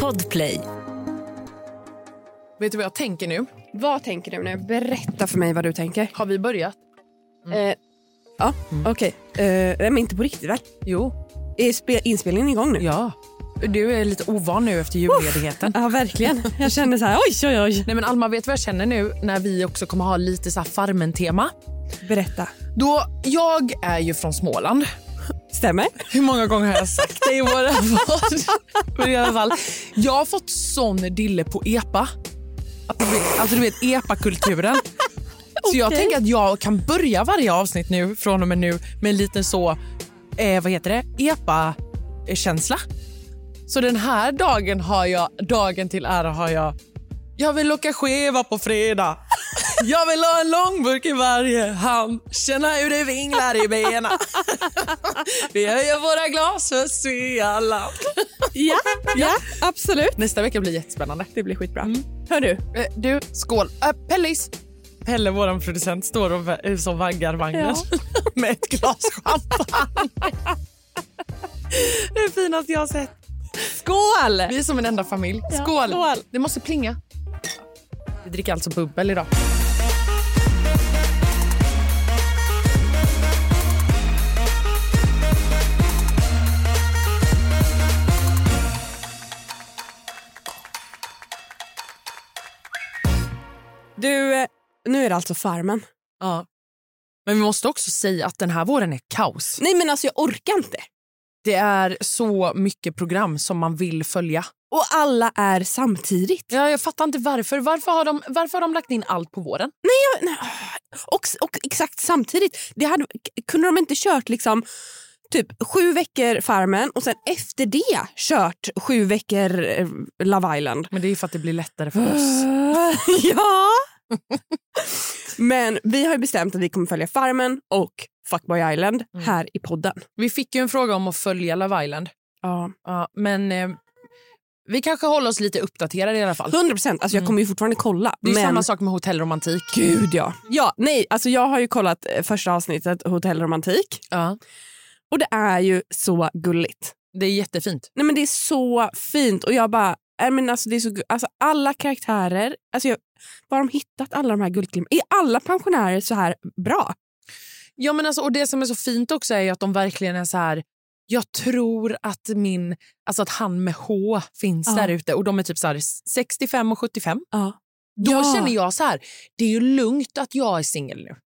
Podplay. Vet du vad jag tänker nu? Vad tänker du nu? Berätta för mig vad du tänker. Har vi börjat? Mm. Eh, ja, okej. Eh, nej, men inte på riktigt va? Jo. Är spe- inspelningen igång nu? Ja. Du är lite ovan nu efter julledigheten. Ja, verkligen. Jag känner så här, oj, oj, oj. Nej men Alma, vet du vad jag känner nu när vi också kommer ha lite så här Farmen-tema? Berätta. Då, jag är ju från Småland. Stämmer? Hur många gånger har jag sagt det i våra podd? Men i alla fall, jag har fått sån dille på EPA. Att du vet- Alltså du vet EPA-kulturen. Så jag Okej. tänker att jag kan börja varje avsnitt nu från och med nu med en liten så, eh, vad heter det, EPA-känsla. Så den här dagen har jag, dagen till ära har jag, jag vill åka skeva på fredag. Jag vill ha en långburk i varje hand, känna hur det vinglar i benen. Vi höjer våra glas för Svealand. Ja, ja, absolut. Nästa vecka blir jättespännande. Det blir skitbra. Hör du, Eh, Du, skål. Äh, Pellis! Pelle, vår producent, står och va- eh, som vaggar vagnen med ett glas champagne. det är finast jag har sett. skål! Vi är som en enda familj. Skål! skål. Det måste plinga. Vi dricker alltså bubbel idag. Du, eh, nu är det alltså Farmen. Ja. Men vi måste också säga att den här våren är kaos. Nej men alltså jag orkar inte. Det är så mycket program som man vill följa. Och alla är samtidigt. Ja, jag fattar inte varför. Varför har, de, varför har de lagt in allt på våren? Nej, Och, och exakt samtidigt. Det hade, kunde de inte kört liksom typ sju veckor Farmen och sen efter det kört sju veckor eh, Love Island? Men det är för att det blir lättare för oss. ja! Men vi har ju bestämt att vi kommer följa Farmen och Fuckboy Island Mm. här i podden. Vi fick ju en fråga om att följa Love Island. Ja. Ja, men eh, vi kanske håller oss lite uppdaterade i alla fall. 100 procent. Alltså jag kommer ju fortfarande kolla. Mm. Det är ju men... samma sak med hotellromantik. Gud ja. ja nej, alltså jag har ju kollat eh, första avsnittet Hotell Romantik Ja, och det är ju så gulligt. det är jättefint. Nej men Det är så fint. Och jag bara, nej, men alltså, det är så, gu- alltså, alla karaktärer... Alltså jag, var har de hittat alla de här guldklimpen? Är alla pensionärer så här bra? Ja, men alltså, och det som är så fint också är ju att de verkligen är så här... Jag tror att, min, alltså att han med H finns Ja. där ute och de är typ så här 65 och 75. Ja. Då Ja. känner jag så här, det är ju lugnt att jag är singel nu.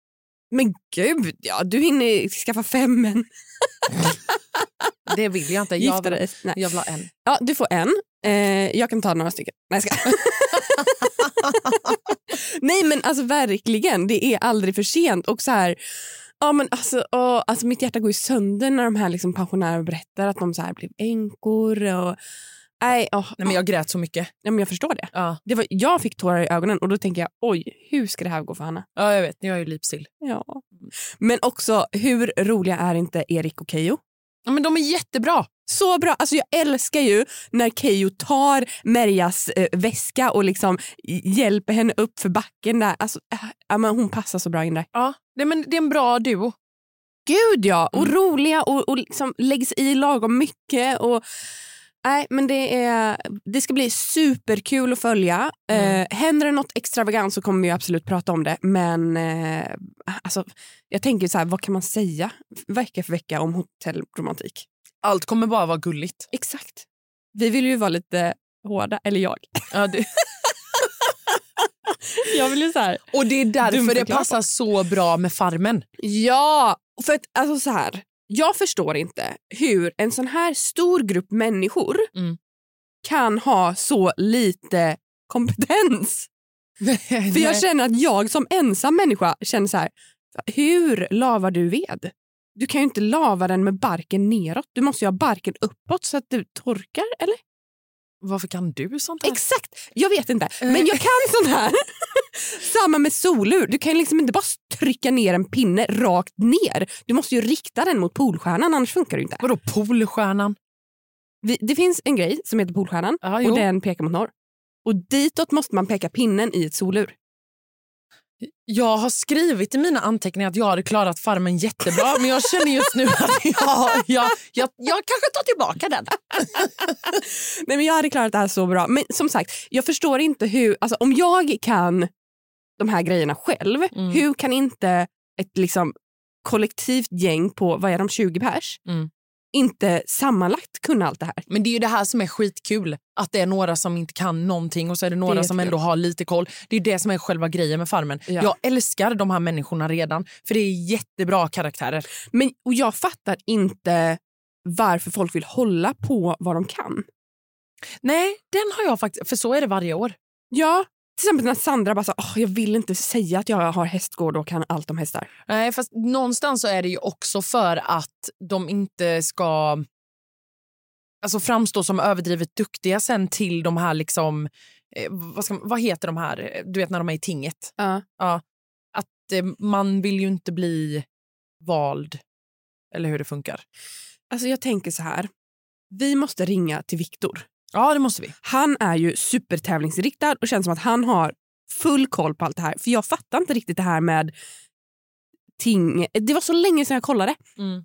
Men gud, ja, du hinner skaffa fem män. Det vill jag inte. Jag Gifta vill, dig. Nej. jag vill ha en. Ja, du får en. Eh, jag kan ta några stycken. Nej, jag ska. Nej men alltså verkligen, det är aldrig för sent. Och så här, ja, men alltså, åh, alltså, mitt hjärta går ju sönder när de här liksom, pensionärerna berättar att de så här blev änkor. Och, nej, åh, Nej, men jag grät så mycket. Ja, men jag förstår det. Ja, det var, jag fick tårar i ögonen och då tänker jag oj, hur ska det här gå för Hanna? ja jag vet. Jag är ju lipsill. Ja. Men också, hur roliga är inte Erik och Keyyo? Ja, men de är jättebra. Så bra! Alltså jag älskar ju när Keyyo tar Merjas eh, väska och liksom hjälper henne upp för backen där. Alltså, äh, ja, men hon passar så bra in där. Ja. Nej, men det är en bra duo. Gud ja! Och roliga och, och liksom läggs i lagom mycket. Och, nej, men det, är, det ska bli superkul att följa. Mm. Eh, händer det något extravagant så kommer vi absolut prata om det. Men eh, alltså, jag tänker så här, vad kan man säga vecka för vecka om hotellromantik? Allt kommer bara vara gulligt. Exakt. Vi vill ju vara lite hårda, eller jag. Ja, det, Jag vill ju så här... och det är därför det Dumförklara passar så bra med Farmen. Ja! För att, alltså så här, jag förstår inte hur en sån här stor grupp människor Mm. kan ha så lite kompetens. För jag känner att jag som ensam människa känner så här, hur lavar du ved? Du kan ju inte lava den med barken neråt. Du måste ju ha barken uppåt så att du torkar, eller? Varför kan du sånt här? Exakt! Jag vet inte, men jag kan sån här. Samma med solur. Du kan ju liksom inte bara trycka ner en pinne rakt ner. Du måste ju rikta den mot polstjärnan, annars funkar det ju inte. Eh, Vadå Polstjärnan? Vi, det finns en grej som heter polstjärnan Ja, och den pekar mot norr. Och ditåt måste man peka pinnen i ett solur. Jag har skrivit i mina anteckningar att jag hade klarat Farmen jättebra men jag känner just nu att jag, jag, jag, jag kanske tar tillbaka den. Nej, men jag hade klarat det här så bra. Men som sagt, jag förstår inte hur... Alltså, om jag kan de här grejerna själv, Mm. hur kan inte ett liksom, kollektivt gäng på vad är de, 20 pers Mm. inte sammanlagt kunna allt det här? Men det är ju det här som är skitkul. Att det är några som inte kan någonting och så är det några Det är som jättekul. ändå har lite koll. Det är det som är själva grejen med Farmen. Ja. Jag älskar de här människorna redan för det är jättebra karaktärer. Men, och jag fattar inte varför folk vill hålla på vad de kan. Nej, den har jag faktiskt... För så är det varje år. Ja, till exempel när Sandra bara sa, "Åh, jag vill inte säga att jag har hästgård och kan allt om hästar. Nej, fast någonstans så är det ju också för att de inte ska alltså framstå som överdrivet duktiga sen till de här liksom... Eh, vad, ska, man- vad heter de här? eh, Du vet när de är i tinget. Ja. Att eh, man vill ju inte bli vald. Eller hur det funkar. Alltså jag tänker så här, vi måste ringa till Viktor. Ja, det måste vi. Han är ju supertävlingsinriktad och känns som att han har full koll på allt det här. För jag fattar inte riktigt det här med ting. Det var så länge sedan jag kollade. Mm.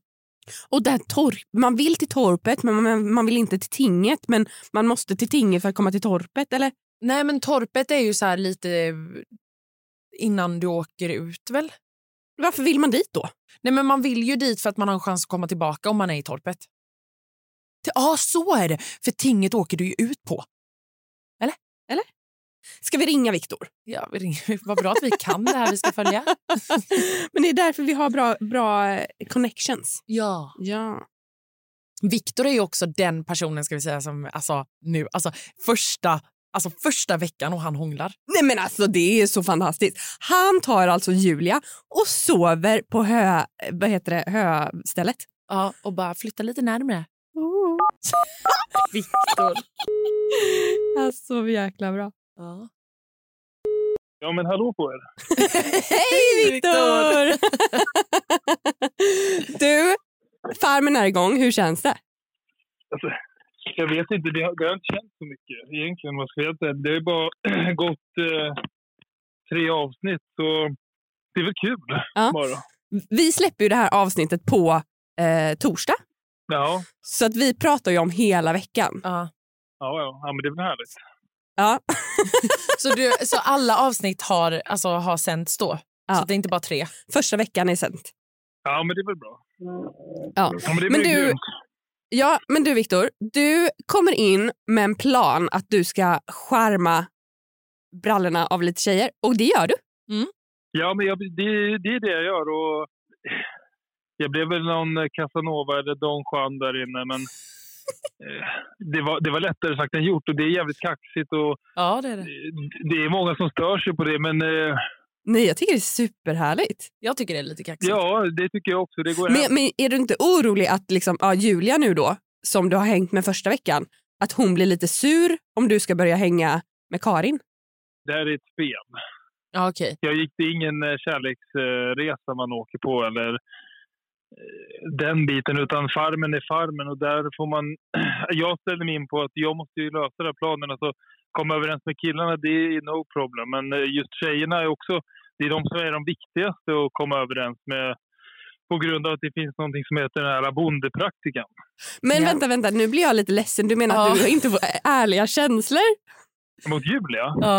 Och det här torp, man vill till torpet men man, man vill inte till tinget. Men man måste till tinget för att komma till torpet eller? Nej, men torpet är ju så här lite eh, innan du åker ut väl? Varför vill man dit då? Nej, men man vill ju dit för att man har en chans att komma tillbaka om man är i torpet. T- Ja, så är det. För tinget åker du ju ut på. Ska vi ringa Viktor? Ja, vi ringer- vad bra att vi kan det här vi ska följa. Men det är därför vi har bra, bra eh, connections. Ja. Ja. Viktor är ju också den personen ska vi säga som alltså, nu, alltså, första, alltså, första veckan och han hånglar. Nej men alltså det är så fantastiskt. Han tar alltså Julia och sover på hö, vad heter det, höstället. Ja, och bara flytta lite närmare. Oh, Viktor. Alltså jäkla bra. Ja. Ja, men hallå på er. Hej Viktor! du, Farmen är igång. Hur känns det? Jag vet inte, det har, det har inte känts så mycket egentligen. Vad ska jag säga. Det har ju bara gått eh, tre avsnitt, så det är väl kul Ja. bara. Vi släpper ju det här avsnittet på eh, torsdag. Ja, Så att vi pratar ju om hela veckan. Ja. ja, ja. ja men det är väl härligt. Ja. Så, du, så alla avsnitt har, alltså, har sänts då? Ja. Så att det är inte bara tre? Första veckan är sänt. Ja, men det är väl bra. Ja. men det Men blir du- grymt. Ja, men du Viktor, du kommer in med en plan att du ska skärma brallorna av lite tjejer och det gör du. Ja, men jag, det, det är det jag gör. Och jag blev väl någon Casanova eller Don Juan där inne, men eh, det var, det var lättare sagt än gjort och det är jävligt kaxigt och Ja, det är det. eh, det är många som stör sig på det, men eh, Nej, jag tycker det är superhärligt. Jag tycker det är lite kaxigt. Ja, det tycker jag också. Det går hem. Men, men är du inte orolig att liksom, ja, Julia nu då, som du har hängt med första veckan, att hon blir lite sur om du ska börja hänga med Karin? Det här är ett spel. Ja, okej. Jag gick, det är ingen eh, kärleksresa man åker på eller eh, den biten, utan farmen är farmen och där får man... Jag ställer mig in på att jag måste ju lösa den här planen. Alltså, komma överens med killarna, det är no problem. Men eh, just tjejerna är också... Det är de som är de viktigaste att komma överens med på grund av att det finns någonting som heter den här bondepraktikan. Men Ja. vänta, vänta, nu blir jag lite ledsen. Du menar att Ja. du inte får ä- ärliga känslor? Mot Julia? Ja.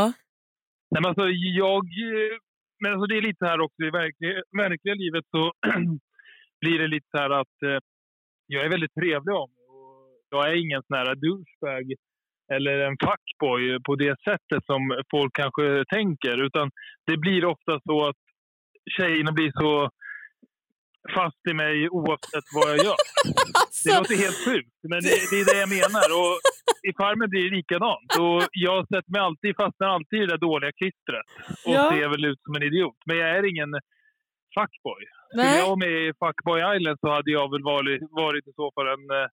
Nej, men alltså, jag... eh, Men alltså, det är lite så här också. I verkliga, verkliga livet så blir det lite så här att eh, jag är väldigt trevlig om mig. och Jag är ingen sån här douchebag eller en fuckboy på det sättet som folk kanske tänker. Utan det blir ofta så att tjejerna blir så fast i mig oavsett vad jag gör. Det Alltså, låter helt sjukt, men det, det är det jag menar. Och I Farmen blir det likadant. Och jag sätter mig alltid, fastnar alltid i det där dåliga klistret och Ja. ser väl ut som en idiot. Men jag är ingen fuckboy. Skulle jag Nej. vara med i Fuckboy Island så hade jag väl varit, varit i så fall en... eh,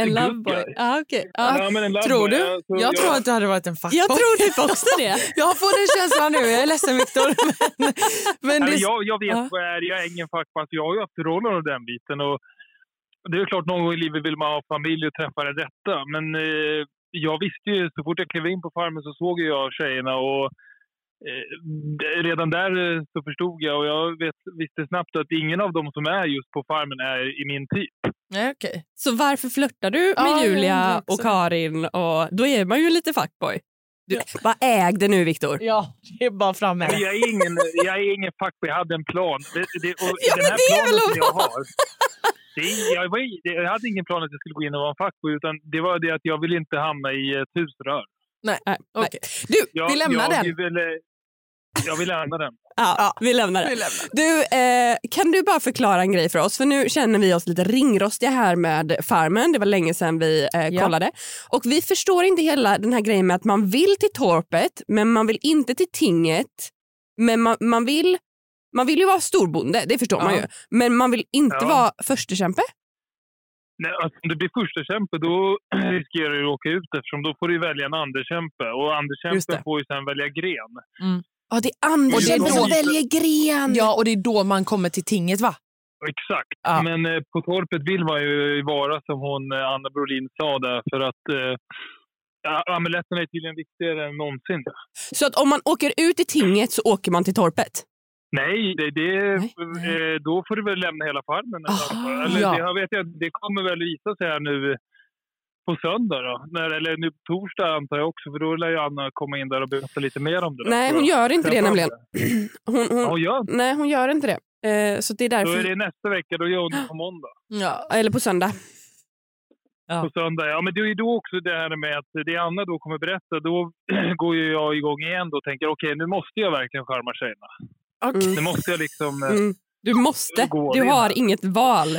en good loveboy. guy. Ah, okay. Ja, ah. Ja, men en loveboy. tror du? Alltså, Jag tror att det hade varit en fuckboy. Jag tror typ också det. Jag får den känslan nu. Jag är ledsen, Viktor. Men, men Nej, det, men jag, jag vet Ja. vad jag är. Jag är ingen fuckboy. Alltså, jag har ju haft roller och den biten. Och det är ju klart, någon gång i livet vill man ha familj och träffa den rätta. Men eh, jag visste ju, så fort jag klev in på Farmen så såg ju jag tjejerna och eh, d- redan där eh, så förstod jag och jag vet, visste snabbt att ingen av dem som är just på farmen är i min typ. Nej, okej. Så varför flörtar du med Ja, jag undrar Julia också. och Karin? Och då är man ju lite fuckboy. Du, Bara äg det nu, Viktor. Ja, det är bara fram med Men det. jag är ingen, jag är ingen fuckboy, jag hade en plan. Det, det, och Ja, den men här det är planen väl som en jag har. Det, är- jag, var, i- det- jag hade ingen plan att jag skulle gå in och vara en fuckboy utan det var det att jag ville inte hamna i ett husrör. Nej, nej. Okej. Du, Jag, Vi lämnar jag den. Ville, jag vill lämna den. ja, vi lämnar Vi det. lämnar. Du, eh, kan du bara förklara en grej för oss? För nu känner vi oss lite ringrostiga här med Farmen. Det var länge sedan vi eh, Ja. kollade. Och vi förstår inte hela den här grejen med att man vill till torpet, men man vill inte till tinget. Men man, man vill... Man vill ju vara storbonde, det förstår Ja. man ju. Men man vill inte Ja. vara förstekämpe. Nej, alltså, om du blir första kämpe då riskerar du att åka ut eftersom då får du välja en andrekämpe och Just det. andrekämpen får ju sen välja gren. Ja, det är Anderskämpe Och det är som då- väljer gren. Ja, och det är då man kommer till tinget, va? Exakt. Ja. Men eh, på torpet vill man ju vara som hon eh, Anna Brolin sa där för att eh, ja, amuletterna är tydligen viktigare än någonsin. Så att om man åker ut i tinget så åker man till torpet. Nej, det, det, Nej, nej. Eh, då får du väl lämna hela farmen. i så fall. Aha, eller, ja. det, jag vet jag, det kommer väl visa sig här nu på söndag då. När, eller nu på torsdag antar jag också för då lär ju Anna komma in där och berätta lite mer om det. där, Nej, tror hon jag. gör inte det Jag tror nämligen. Hon, Ja, hon, hon gör inte nej, hon gör inte det. Eh, så det är Då därför... är det nästa vecka, då gör hon det på måndag. Ja. Eller på söndag. Ja. På söndag, ja. Men det är ju då också det här med att det Anna då kommer berätta, då går ju jag igång igen då och tänker okej nu måste jag verkligen charma tjejerna. Okej. Nu måste jag liksom... eh, Mm. Du måste. Går Du det? har inget val.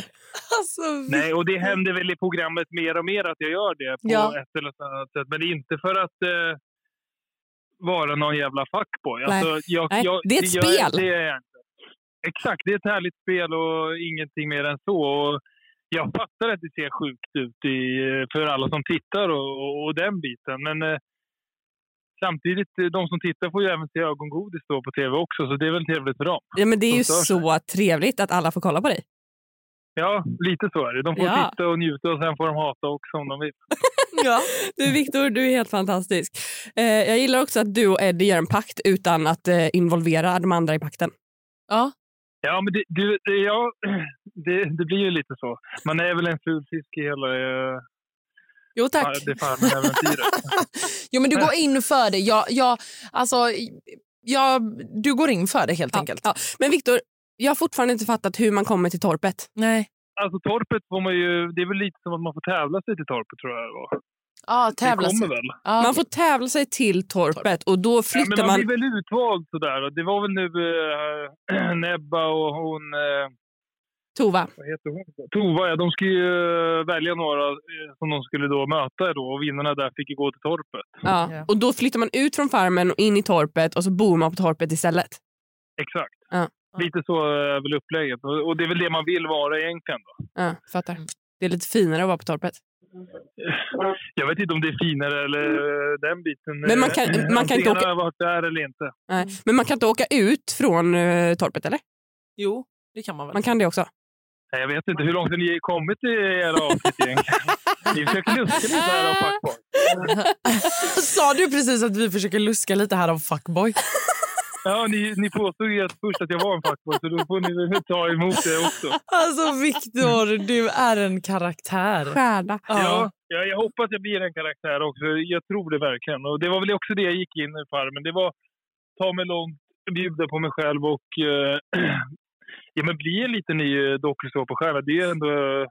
Alltså, vi- Nej, och det händer väl i programmet mer och mer att jag gör det på Ja. ett eller annat sätt. Men inte för att eh, vara någon jävla fuckboy. Nej. jag, Nej, det är ett gör- spel. det är jag inte. Exakt, det är ett härligt spel och ingenting mer än så. Och jag fattar att det ser sjukt ut i, för alla som tittar och, och, och den biten. Men eh, samtidigt, eh, de som tittar får ju även se ögongodis då på tv också. Så det är väl trevligt för dem. Ja, men det är ju Som stör sig. så trevligt att alla får kolla på dig. Ja, lite så är det. De får Ja. titta och njuta och sen får de hata också om de vill. Ja. Du Viktor, du är helt fantastisk. Eh, jag gillar också att du och Eddie gör en pakt utan att eh, involvera de andra i pakten. ja. Ja, men det, du, det- ja, det, det blir ju lite så. Man är väl en ful fisk i hela eh, Jo, tack. det farmen-äventyret. Jo, men du går in för det. Jag, jag, alltså, jag, du går in för det helt Ja, enkelt. ja. Men Viktor, jag har fortfarande inte fattat hur man kommer till torpet. Nej. alltså torpet får man ju, det är väl lite som att man får tävla sig till torpet tror jag det var. Ja, tävla Det sig. kommer väl. Ja, Man får tävla sig till torpet och då Ja, flyttar men man man... blir väl utvald sådär. Och Det var väl nu eh, Nebba och hon, eh, Tova. vad heter hon? Tova, ja, de skulle ju eh, välja några eh, som de skulle då möta då och vinnarna där fick ju gå till torpet. Ja. Ja. Och då flyttar man ut från farmen och in i torpet och så bor man på torpet istället. Exakt. Ja. Lite så är väl upplägget. Och och det är väl det man vill vara egentligen. Då. Ja, fattar. Det är lite finare att vara på torpet. Jag vet inte om det är finare eller eh, den biten. Men man kan- Eh, man kan inte antingen har jag varit där eller inte. Nej. Men man kan inte åka ut från eh, torpet, eller? Jo, det kan man väl. Man kan det också. Nej, Jag vet inte hur långt ni har kommit i era avsnitt egentligen. Ni försöker luska lite här om fuckboy. Sa du precis att vi försöker luska lite här om fuckboy? Ja, ni, ni påstod ju att först att jag var en fuckboy så då får ni väl ta emot det också. Alltså Viktor, du är en karaktär. Skärda. Ja, jag, jag hoppas jag blir en karaktär också. Jag tror det verkligen. Och det var väl också det jag gick in i Farmen. Det var ta mig långt, bjuda på mig själv och eh, ja, men bli en liten ny eh, dokusåpastjärna. Det är ändå... eh,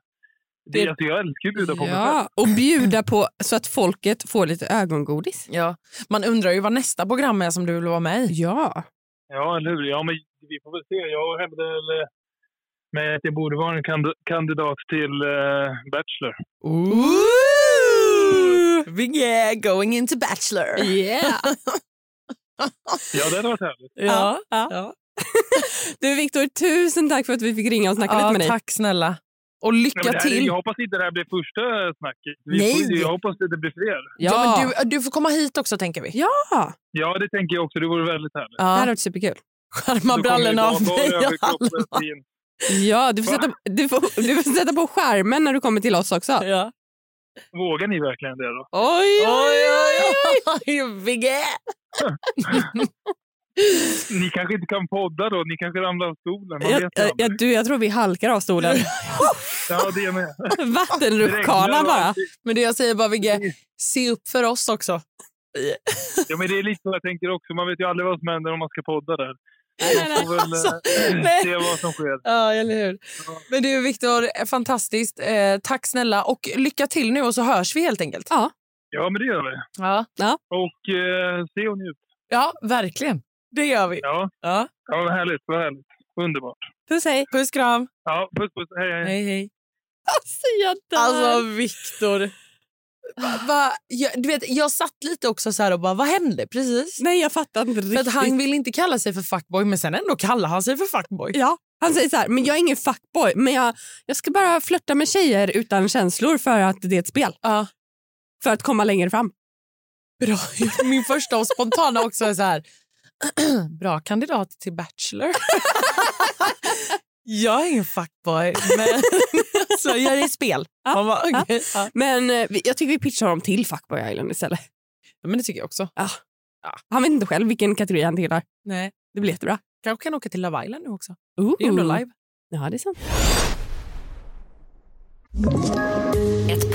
Det, Det- alltså, jag älskar att bjuda på mig själv. Ja, och bjuda på så att folket får lite ögongodis. Ja. Man undrar ju vad nästa program är som du vill vara med i. Ja. Ja, eller hur? Ja, men vi får väl se. Jag hävdar väl eh, med att jag borde vara en kand- kandidat till eh, Bachelor. Ooh! Yeah, going into Bachelor. Yeah. Ja, det hade varit härligt. Ja. ja. Ja. Du Viktor, tusen tack för att vi fick ringa och snacka lite med dig. tack snälla. Och Ja, lycka men det här, till. jag hoppas inte det här blir första snacket. Vi Nej. Får, ju- jag hoppas att det blir fler. Ja, men du, du får komma hit också tänker vi. Ja, det tänker jag också. Det vore väldigt härligt. Det här Ja. hade varit superkul. Skärma Då kommer det brallorna bara av mig. bara överkroppen in. Ja, du får, Va? sätta, du, får, du får sätta på skärmen när du kommer till oss också. Ja. Vågar ni verkligen det då? Oj, Oj, oj, oj! Vigge! Ni kanske inte kan podda då, ni kanske ramlar av stolen. Man Jag, vet ju jag, aldrig. du, jag tror vi halkar av stolen. Ja, det är med. Vattenrutschkana bara. Men det jag säger bara, Vigge, se upp för oss också. Ja, men det är lite så jag tänker också. Man vet ju aldrig vad som händer om man ska podda där. nej, nej, Man får väl alltså, eh, nej. se vad som sker. Ja, eller hur? Ja. Men du, Viktor, fantastiskt. Eh, tack snälla och lycka till nu och så hörs vi helt enkelt. Ja. Ja, men det gör vi. Ja, Och eh, se och njut. ja verkligen. Det gör vi. Ja, Ja. ja vad härligt, vad härligt. Underbart. Puss hej. Puss, kram. Ja, puss puss. Hej, hej. Hej, hej. Alltså, jag dör. Alltså, Viktor. Va, va, jag, du vet, jag satt lite också så här och bara, vad hände precis? Nej, jag fattar inte För riktigt. att han vill inte kalla sig för fuckboy, men sen ändå kallar han sig för fuckboy. Ja, han säger så här, men jag är ingen fuckboy, men jag, jag ska bara flörta med tjejer utan känslor för att det är ett spel. Ja. För att komma längre fram. Bra. Min första och spontana också är så här... Bra kandidat till Bachelor. jag är ingen fuckboy, men så jag är i spel. Ja, Man bara, okej, ja. Men eh, vi- jag tycker vi pitchar honom till Fuckboy Island istället. Ah. Men det tycker jag också. Han vet inte själv vilken kategori han tillhör. Nej. Det blir jättebra. Kanske kan åka till Love Island nu också. Ooh. Det är ändå live. Ja, det är sant. Ett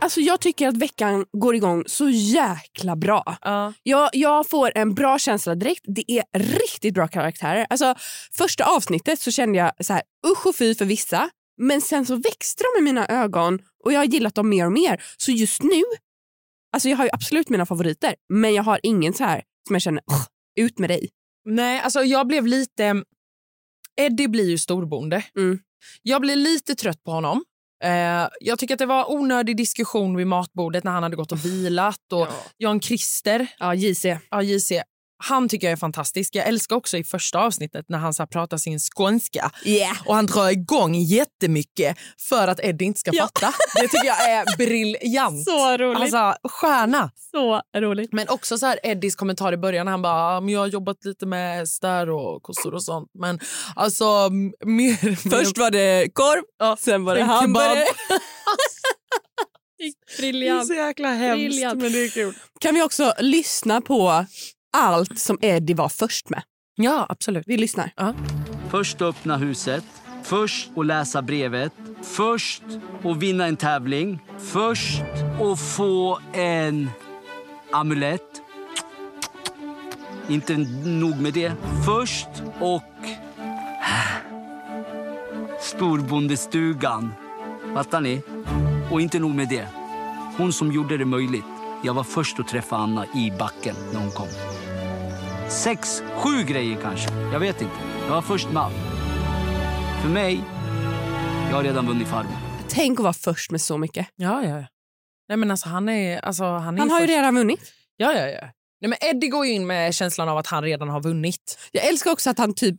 Alltså, jag tycker att veckan går igång så jäkla bra. Jag, jag får en bra känsla direkt. Det är riktigt bra karaktärer. Alltså, första avsnittet så kände jag så här, usch och fy för vissa. Men sen så växte de i mina ögon och jag har gillat dem mer och mer. Så just nu, alltså jag har ju absolut mina favoriter men jag har ingen så här som jag känner, "Ugh, ut med dig. Nej, alltså jag blev lite... Eddie blir ju storbonde. Mm. Jag blev lite trött på honom. Eh, jag tycker att det var onödig diskussion vid matbordet när han hade gått och vilat. Och Jan-Christer, Ja, JC. ja, JC, han tycker jag är fantastisk. Jag älskar också i första avsnittet när han så här pratar sin skånska Yeah. och han drar igång jättemycket för att Eddie inte ska Ja. fatta. Det tycker jag är briljant. Så roligt. Alltså, stjärna. så roligt. Men också så här Eddies kommentar i början. Han bara, "Ja, men jag har jobbat lite med hästar och kossor och sånt. Men alltså, m- mer... Först var det Eh, korv, sen var det Sen hamburgare. kebab. det är så jäkla hemskt. Briljant. Men det är kul. Kan vi också lyssna på allt som Eddie var först med? Ja, absolut. Vi lyssnar. Först öppna huset, först och läsa brevet, först och vinna en tävling, först och få en amulett. Inte nog med det. Först och... äh, Storbondestugan. Fattar ni? Och inte nog med det. Hon som gjorde det möjligt. Jag var först att träffa Anna i backen när hon kom. Sex, sju grejer kanske. Jag vet inte. Jag var först med allt. För mig, jag har redan vunnit Farmen. Tänk att vara först med så mycket. Ja, ja, ja. Nej, men alltså, han är, alltså, han är Han har ju först. redan vunnit. Ja, ja, ja. Nej, men Eddie går ju in med känslan av att han redan har vunnit. Jag älskar också att han typ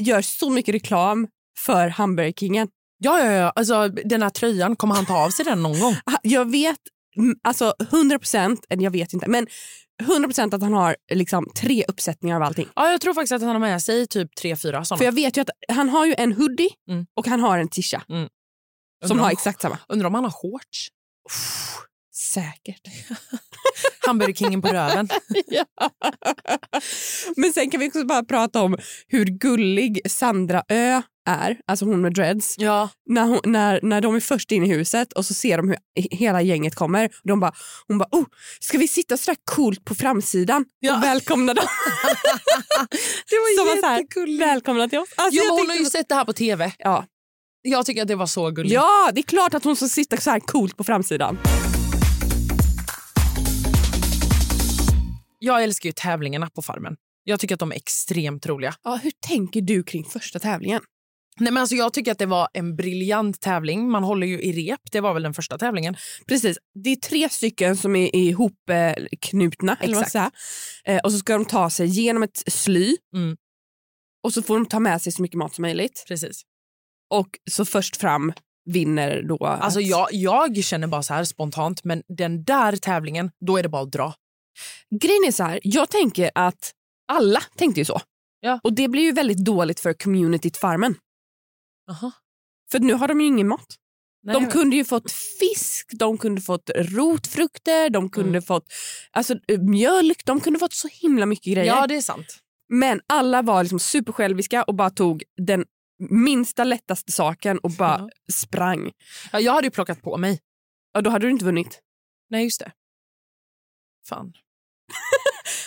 gör så mycket reklam för Hamburgerkingen. Ja, ja, ja. Alltså, den här tröjan, kommer han ta av sig den någon gång? Ah, Jag vet, mm, alltså 100 procent, eh, jag vet inte, men 100 procent att han har liksom tre uppsättningar av allting. Ja, jag tror faktiskt att han har med sig typ tre, fyra sådana. För jag vet ju att han har ju en hoodie Mm. och han har en tisha Mm. som Undrar har om- exakt samma. Undrar om han har shorts? Säkert. Hamburgerkingen på röven. Ja. Men sen kan vi också bara prata om hur gullig Sandra Ö är, alltså hon med dreads. Ja. när, hon, när, när de är först in i huset och så ser de hur he- hela gänget kommer. Och de bara, hon bara, oh, ska vi sitta sådär coolt på framsidan Ja. och välkomna dem? Det Som var såhär, välkomna till oss. Alltså, Jo, jag men hon tänkte har ju så- sett det här på tv. ja. Jag tycker att det var så gulligt. ja, det är klart att hon ska sitta så här coolt på framsidan. Jag älskar ju tävlingarna på Farmen. Jag tycker att de är extremt roliga. Ja, hur tänker du kring första tävlingen? Nej, men alltså jag tycker att det var en briljant tävling. Man håller ju i rep. Det var väl den första tävlingen. Precis. Det är tre stycken som är ihopknutna. Eh, eller vad man ska säga. eh, och så ska de ta sig genom ett sly. Mm. Och så får de ta med sig så mycket mat som möjligt. Precis. Och så först fram vinner då... Alltså jag, jag känner bara så här spontant, men den där tävlingen, då är det bara att dra. Grejen är så här, jag tänker att alla tänkte ju så. Ja. Och det blir ju väldigt dåligt för communityt Farmen. Aha. För nu har de ju ingen mat. Nej, De kunde ju fått fisk, de kunde fått rotfrukter, de kunde Mm. fått alltså, eh, mjölk, de kunde fått så himla mycket grejer. ja, det är sant. Men alla var liksom supersjälviska och bara tog den minsta lättaste saken och bara Ja. sprang. Ja, jag hade ju plockat på mig. Ja, då hade du inte vunnit. Nej, just det. Fan.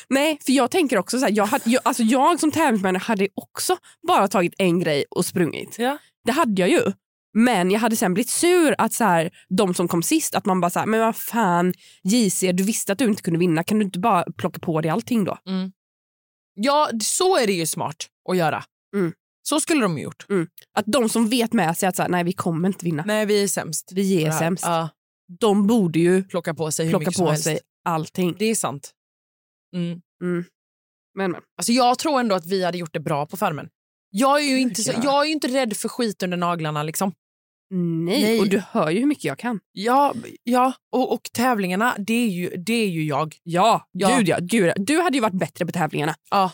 Nej, för jag tänker också så här, jag, hade, jag, alltså jag som tävlingsmänniska hade också bara tagit en grej och sprungit. Ja. Det hade jag ju. Men jag hade sen blivit sur att så här, de som kom sist, att man bara så här, men vad fan JC, du visste att du inte kunde vinna, kan du inte bara plocka på dig allting då? Ja, så är det ju smart att göra. Mm. Så skulle de ju gjort. Att de som vet med sig att så här, nej vi kommer inte vinna, Nej, vi är sämst. vi på är det här. sämst, Ja, de borde ju plocka på sig hur plocka mycket som på helst. sig allting. Det är sant. Mm. Men, men. Alltså jag tror ändå att vi hade gjort det bra på Farmen. Jag är ju inte, så, ja. jag är ju inte rädd för skit under naglarna. Liksom. Nej. Nej. och du hör ju hur mycket jag kan. Ja, ja och, och tävlingarna, det är ju, det är ju jag. Ja, Ja. Gud, ja, gud ja. Du hade ju varit bättre på tävlingarna. Ja.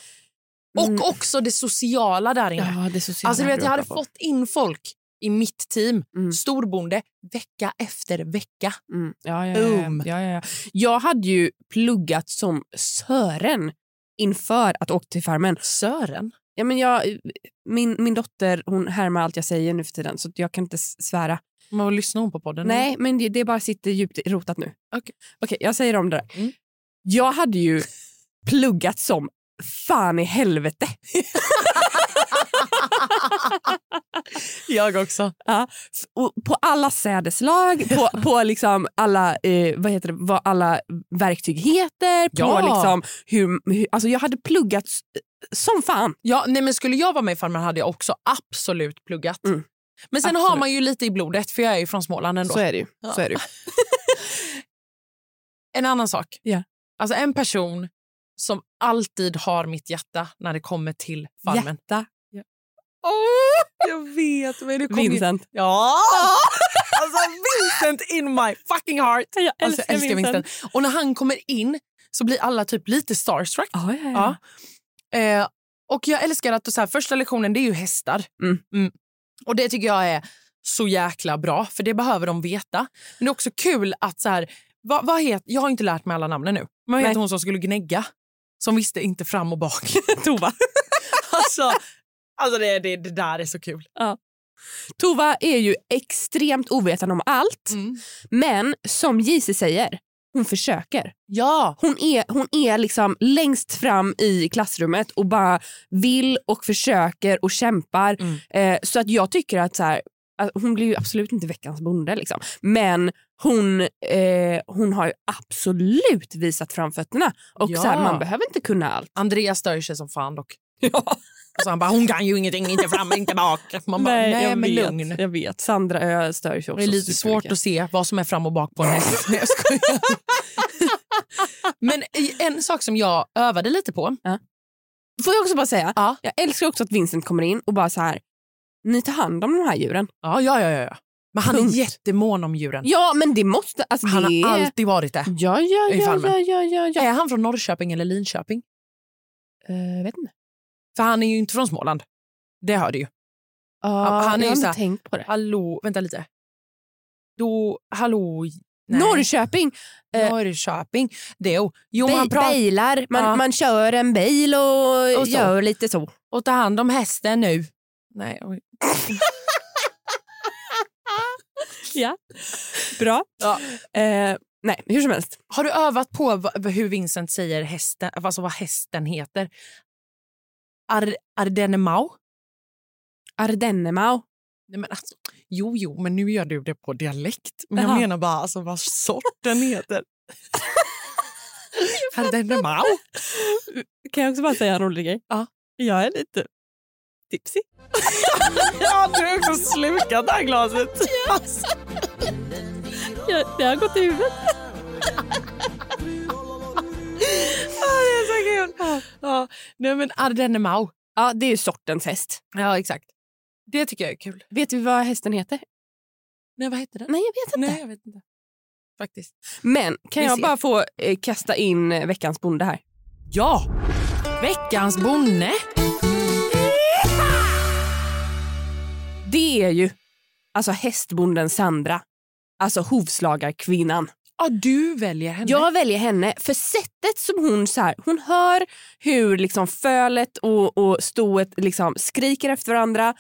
Och Mm. också det sociala där inne. det är så alltså, du vet, jag hade fått fått in folk i mitt team, Mm. storbonde, vecka efter vecka. Mm. Ja, ja, ja, Boom. ja, ja, ja. Jag hade ju pluggat som Sören inför att åka till Farmen. Sören? Ja, men jag, min, min dotter hon härmar allt jag säger nu för tiden så att jag kan inte s- svära. Men vad lyssnar hon på podden? Nej, men det, det bara sitter djupt rotat nu. Okej. Okej, jag säger om det där. Mm. Jag hade ju pluggat som fan i helvete. Jag också. och på alla sädeslag, på, på liksom alla, eh, vad, heter det, vad alla verktyg heter. Ja. På liksom hur, hur, alltså jag hade pluggat s- som fan. Ja, nej, men skulle jag vara med i Farmen hade jag också absolut pluggat. Mm. Men sen har Absolut. man ju lite i blodet, för jag är ju från Småland ändå. är det ju. Ja. Så är det ju. En annan sak. Ja. Alltså en person som alltid har mitt hjärta när det kommer till Farmen. Jätta. Åh, jag vet. Men det kom ju- Vincent. Ja! Alltså Vincent in my fucking heart. Jag älskar, Alltså, jag älskar Vincent. Och när han kommer in så blir alla typ lite starstruck. Ja, ja, ja. Ja. Eh, och jag älskar att så här, första lektionen det är ju hästar. Mm. Och det tycker jag är så jäkla bra, för det behöver de veta. Men det är också kul att så här, vad, vad heter, jag har inte lärt mig alla namnen nu. Men vad Nej. heter hon som skulle gnägga? Som visste inte fram och bak. Tova. alltså, alltså det, det, det där är så kul. Tova är ju extremt ovetande om allt. Mm. Men som JC säger, hon försöker. Ja, Hon är, hon är liksom längst fram i klassrummet och bara vill och försöker och kämpar. Mm. Eh, så att jag tycker att så här, att hon blir ju absolut inte veckans bonde. Liksom. Men hon, eh, hon har ju absolut visat framfötterna. Och Ja. så här, man behöver inte kunna allt. Andreas stör ju sig som fan dock. Alltså han bara, hon kan ju ingenting, inte fram, inte bak. Man bara, nej, men lugn. jag vet. Sandra Ö stör sig också Det är lite svårt supermycket. att se vad som är fram och bak på en häst. Nej, jag skojar. Men i- en sak som jag övade lite på. Får jag också bara säga, Ja. jag älskar också att Vincent kommer in och bara så här, ni tar hand om de här djuren. Ja, ja, ja, ja, ja. Men han Punkt. är jättemån om djuren. Ja, men det måste... Alltså, Han det... har alltid varit det. Ja, ja, i ja, Farmen. Eh, ja, ja, ja, ja. Är han från Norrköping eller Linköping? Eh, vet inte. För han är ju inte från Småland. Det hör du ju. han är jag ju har så inte här- tänkt på det. Hallå, vänta lite. Då, hallå... nej. Norrköping. eh, Norrköping. Det, jo, jo Be- men han pratar... bilar. Man, Ja. man kör en bil och, Och så. gör lite så. och ta hand om hästen nu. Nej, oj. Bra. Ja. Eh, nej, hur som helst. Har du övat på v- hur Vincent säger hästen, alltså vad hästen heter? Ar, Ardennemau? Ardennemau. Nej, men alltså, jo, jo, men nu gör du det på dialekt. Men jag Jaha. menar bara alltså, vad sorten heter. Ardennemau? Kan jag också bara säga en rolig grej? Ja. Jag är lite tipsig. Jag tror jag också slukat det här glaset. Jag, det har gått i huvudet. Det är så kul. Ja. Nej men ardennemau. Ja, det är ju sortens häst. Ja exakt. Det tycker jag är kul. Vet vi vad hästen heter? Nej vad heter den? Nej, jag vet inte. Nej jag vet inte. Faktiskt. Men kan Vi jag ser. bara få eh, kasta in eh, veckans bonde här? Ja! Veckans bonde. Det är ju alltså hästbonden Sandra. Alltså hovslagarkvinnan. Ja du väljer henne. Jag väljer henne för sättet som hon så här, hon hör hur liksom fölet och, och stoet liksom skriker efter varandra.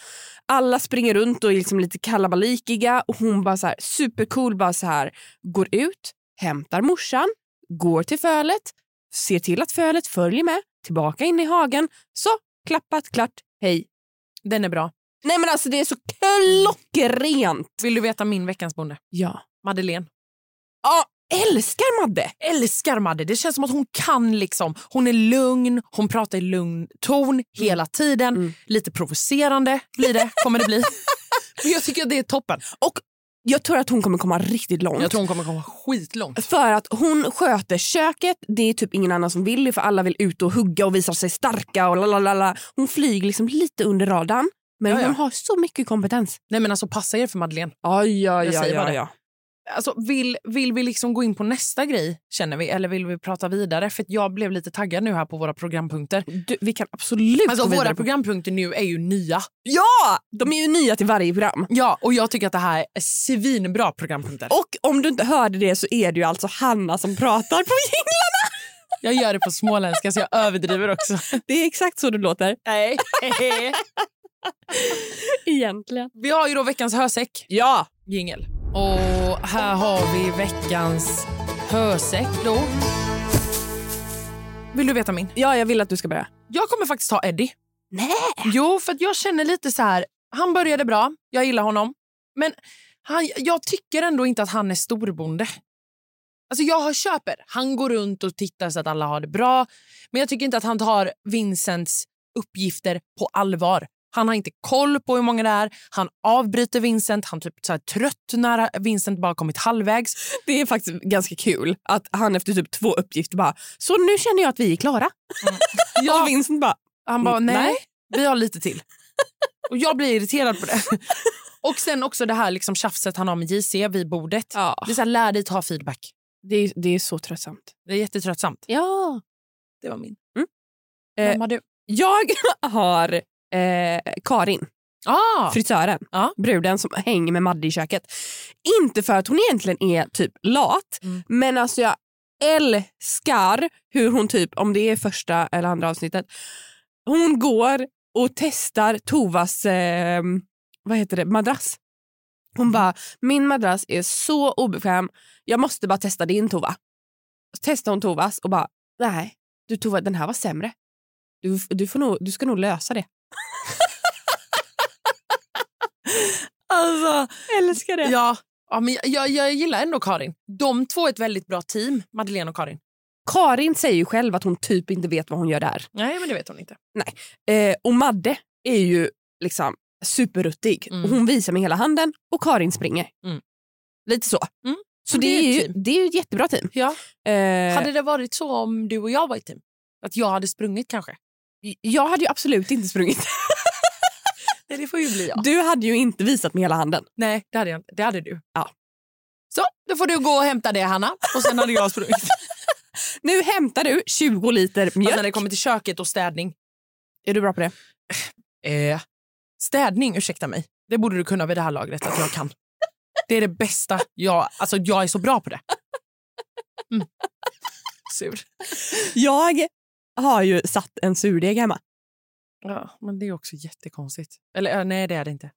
Alla springer runt och är liksom lite kalabalikiga och hon bara så här supercool bara så här går ut, hämtar morsan, går till fölet, ser till att fölet följer med, tillbaka in i hagen. Så klappat klart, hej. Den är bra. Nej men alltså det är så Mm. klockrent. Vill du veta min veckans bonde? Ja. Madeleine. Ja, älskar Madde. Älskar Madde. Det känns som att hon kan liksom. Hon är lugn, hon pratar i lugn ton hela tiden. Mm. Lite provocerande blir det, kommer det bli. Men jag tycker att det är toppen. Jag tror att hon kommer komma riktigt långt. Jag tror hon kommer komma skitlångt. För att hon sköter köket, det är typ ingen annan som vill det för alla vill ut och hugga och visa sig starka och lalalala. Hon flyger liksom lite under radarn men Ja, ja. hon har så mycket kompetens. Nej men alltså passa er för Madeleine. Aj, ja, ja, ja, ja. Alltså, vill, vill vi liksom gå in på nästa grej känner vi eller vill vi prata vidare? För att jag blev lite taggad nu här på våra programpunkter. Du, vi kan absolut Alltså gå vidare. våra programpunkter nu är ju nya. Ja! De är ju nya till varje program. Ja, och jag tycker att det här är svinbra programpunkter. Och om du inte hörde det så är det ju alltså Hanna som pratar på jinglarna. Jag gör det på småländska så jag överdriver också. Det är exakt så det låter. Nej. Egentligen. vi har ju då veckans hösäck. Ja! Jingel. Och här har vi veckans hösäck då. Vill du veta min? Ja, jag vill att du ska börja. Jag kommer faktiskt ta Eddie. Nej! Jo, för att jag känner lite så här. Han började bra, jag gillar honom. Men han, jag tycker ändå inte att han är storbonde. Alltså jag har köper. Han går runt och tittar så att alla har det bra. Men jag tycker inte att han tar Vincents uppgifter på allvar. Han har inte koll på hur många det är. Han avbryter Vincent. Han typ så här tröttnar. Vincent bara kommit halvvägs. Det är faktiskt ganska kul att han efter typ två uppgifter bara “så nu känner jag att vi är klara”. Ja. Och Vincent bara Han bara, Mm, nej, nej. vi har lite till. Och jag blir irriterad på det. Och sen också det här liksom tjafset han har med JC vid bordet. Ja. Det är så här, lär dig ta feedback. Det är, det är så tröttsamt. Det är jättetröttsamt. Ja. Det var min. Mm. Vem har du? Jag har eh, Karin, Ah, frisören, Ja. bruden som hänger med Madde i köket. Inte för att hon egentligen är typ lat, Mm. men alltså jag älskar hur hon typ, om det är första eller andra avsnittet, hon går och testar Tovas, eh, vad heter det, madrass. Mm. Hon bara, min madrass är så obekväm, jag måste bara testa din Tova. Så testar hon Tovas och bara, nej, du Tova, den här var sämre. Du, du, får nog, du ska nog lösa det. alltså, Älskar det. ja. Ja, men jag, jag, jag gillar ändå Karin. De två är ett väldigt bra team, Madeleine och Karin. Karin säger ju själv att hon typ inte vet vad hon gör där. Nej, men det vet hon inte. Eh, och Madde är ju liksom superruttig. Mm. Och hon visar med hela handen och Karin springer. Mm. Lite så. Mm. Så Men det, det är är ett ju, team. det är ju ett jättebra team. Ja. Eh, Hade det varit så om du och jag var ett team? Att jag hade sprungit kanske? Jag hade ju absolut inte sprungit. Nej, det får ju bli jag. Du hade ju inte visat med hela handen. Nej, det hade, jag inte. Det hade du. Ja. Så, då får du gå och hämta det, Hanna. Och sen hade jag sprungit. Nu hämtar du 20 liter mjölk. Fast när det kommer till köket och städning. Är du bra på det? Eh. Städning, ursäkta mig. Det borde du kunna vid det här lagret att jag kan. Det är det bästa. Jag, alltså, jag är så bra på det. Mm. Sur. Jag har ju satt en surdeg hemma. Ja, men det är också jättekonstigt. Eller ja, nej, det är det inte.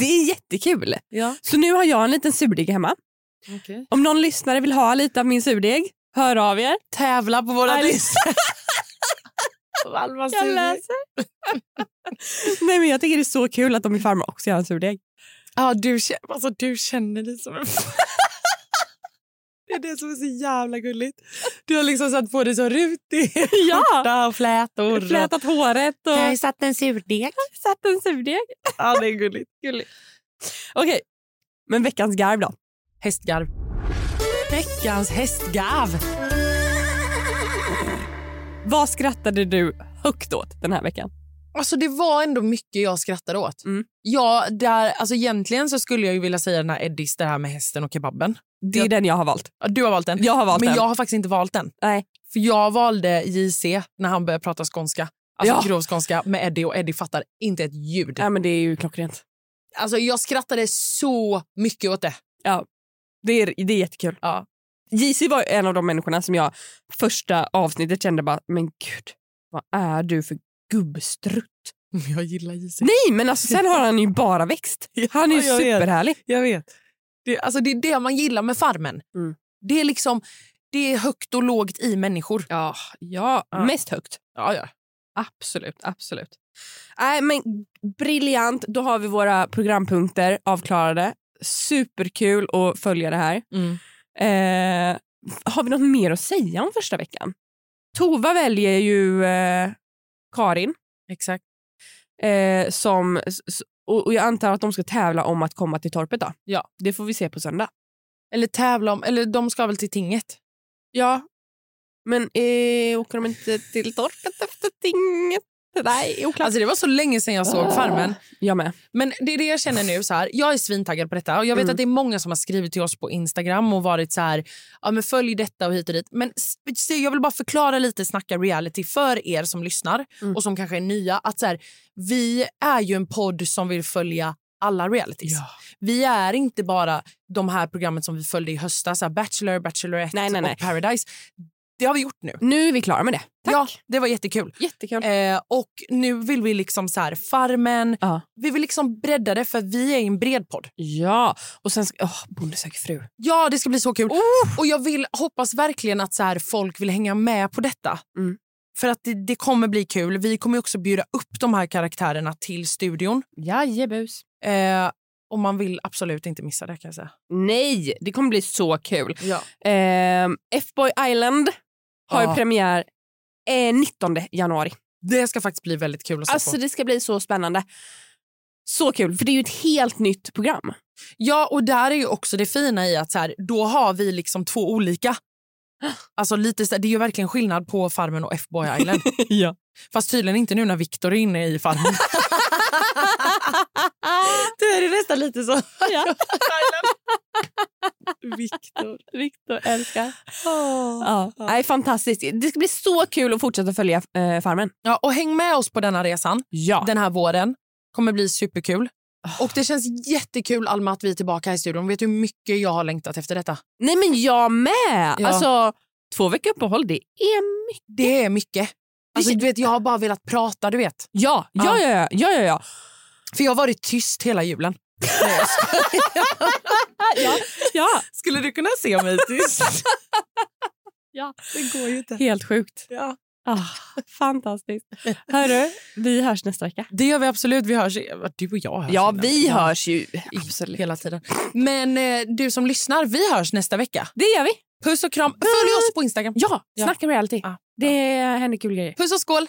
Det är jättekul. Ja. Så nu har jag en liten surdeg hemma. Okay. Om någon lyssnare vill ha lite av min surdeg, hör av er. Tävla på våra Alice. listor. Valva Jag sur. läser. Nej, men jag tycker det är så kul att de i Farma också gör en surdeg. Ja, du, kä- alltså, du känner dig som en... det är det som är så jävla gulligt. Du har liksom satt på dig så rutig Ja! skjorta och flätor. och- Flätat håret och satt en surdeg. satt en surdeg. Ja, det är gulligt. Gulligt. Okej, men veckans garv då? Hästgarv. Veckans hästgarv. Vad skrattade du högt åt den här veckan? Alltså det var ändå mycket jag skrattade åt. Mm. Ja, där, alltså egentligen så skulle jag ju vilja säga den här Eddies, det här med hästen och kebaben. Det är Jag- den jag har valt. Ja, Du har valt den. Jag har valt Men den. jag har faktiskt inte valt den. Nej. För jag valde JC när han började prata skånska. Alltså Ja. grov skånska med Eddie och Eddie fattar inte ett ljud. Nej, men det är ju klockrent. Alltså jag skrattade så mycket åt det. Det är, det är jättekul. Ja. JC var ju en av de människorna som jag första avsnittet kände bara, men gud, vad är du för gubbstrutt? Jag gillar JC. Nej, men alltså, sen har han ju bara växt. Han är ju Ja, jag vet. superhärlig. Jag vet. Det, alltså det är det man gillar med Farmen. Mm. Det är liksom det är högt och lågt i människor. Ja, ja, mest högt. Ja, ja. Absolut, absolut. Nej, men briljant. Då har vi våra programpunkter avklarade. Superkul att följa det här. Mm. Eh, har vi något mer att säga om första veckan? Tova väljer ju eh, Karin Exakt. eh, som, s- s- och, och jag antar att de ska tävla om att komma till torpet då. Ja. Det får vi se på söndag. Eller tävla om, eller de ska väl till tinget. Ja. Men eh, åker de inte till torpet efter tinget? Nej, oklart. Alltså det var så länge sedan jag Ah. såg Farmen. jag med. Men det är det jag känner nu. Så här, jag är svintaggad på detta. Och jag vet Mm. att det är många som har skrivit till oss på Instagram och varit så här, ja, men följ detta och hit och dit. Men s- se, jag vill bara förklara lite Snacka reality för er som lyssnar Mm. och som kanske är nya. Att så här, vi är ju en podd som vill följa alla realities. Vi är inte bara de här programmen som vi följde i höstas, så här Bachelor, Bachelorette Nej, nej, nej. och Paradise. Det har vi gjort nu. Nu är vi klara med det. Tack. Ja, det var jättekul. Jättekul. Eh, och nu vill vi liksom så här, Farmen. Ja. Vi vill liksom bredda det för vi är en bred podd. Ja, och sen... ska- Åh, Bonde söker fru. Ja, det ska bli så kul. Oh! Och jag vill, hoppas verkligen att så här, folk vill hänga med på detta. Mm. För att det, det kommer bli kul. Vi kommer ju också bjuda upp de här karaktärerna till studion. Jajebus. Eh, och man vill absolut inte missa det kan jag säga. Nej, det kommer bli så kul. Ja. Ehm, F-Boy Island har Ja. ju premiär eh, 19 januari. Det ska faktiskt bli väldigt kul att se Alltså på. det ska bli så spännande. Så kul, för det är ju ett helt nytt program. Ja, och där är ju också det fina i att så här, då har vi liksom två olika. Alltså lite, så- det är ju verkligen skillnad på Farmen och F-Boy Island. Ja. Fast tydligen inte nu när Viktor är inne i Farmen. Då är det nästan lite så. Ja. Viktor, Viktor älskar. Ja. Nej, fantastiskt. Det ska bli så kul att fortsätta följa eh, Farmen. Ja, och häng med oss på denna resan Ja. Ah. den här våren. kommer bli superkul. Och det känns jättekul Alma att vi är tillbaka här i studion. Vet du hur mycket jag har längtat efter detta? Nej men jag med! Ja. Alltså, två veckor uppehåll, det är mycket. Det är mycket. Alltså, kän- du vet, jag har bara velat prata, du vet. Ja, ja, ja, ja, ja, ja, ja. För jag har varit tyst hela julen. Nej, jag skojar. ja. Skulle du kunna se mig tyst? Ja, det går ju inte. Helt sjukt. Ja. Ah, fantastiskt. Hörru, vi hörs nästa vecka. Det gör vi absolut. Vi hörs. Du och jag hörs. innan. hörs ju. Absolut. Hela tiden. Men eh, du som lyssnar, vi hörs nästa vecka. Det gör vi. Puss och kram. Följ oss på Instagram. Ja, Ja. snacka reality. Ja. Det händer kul grejer. Puss och skål.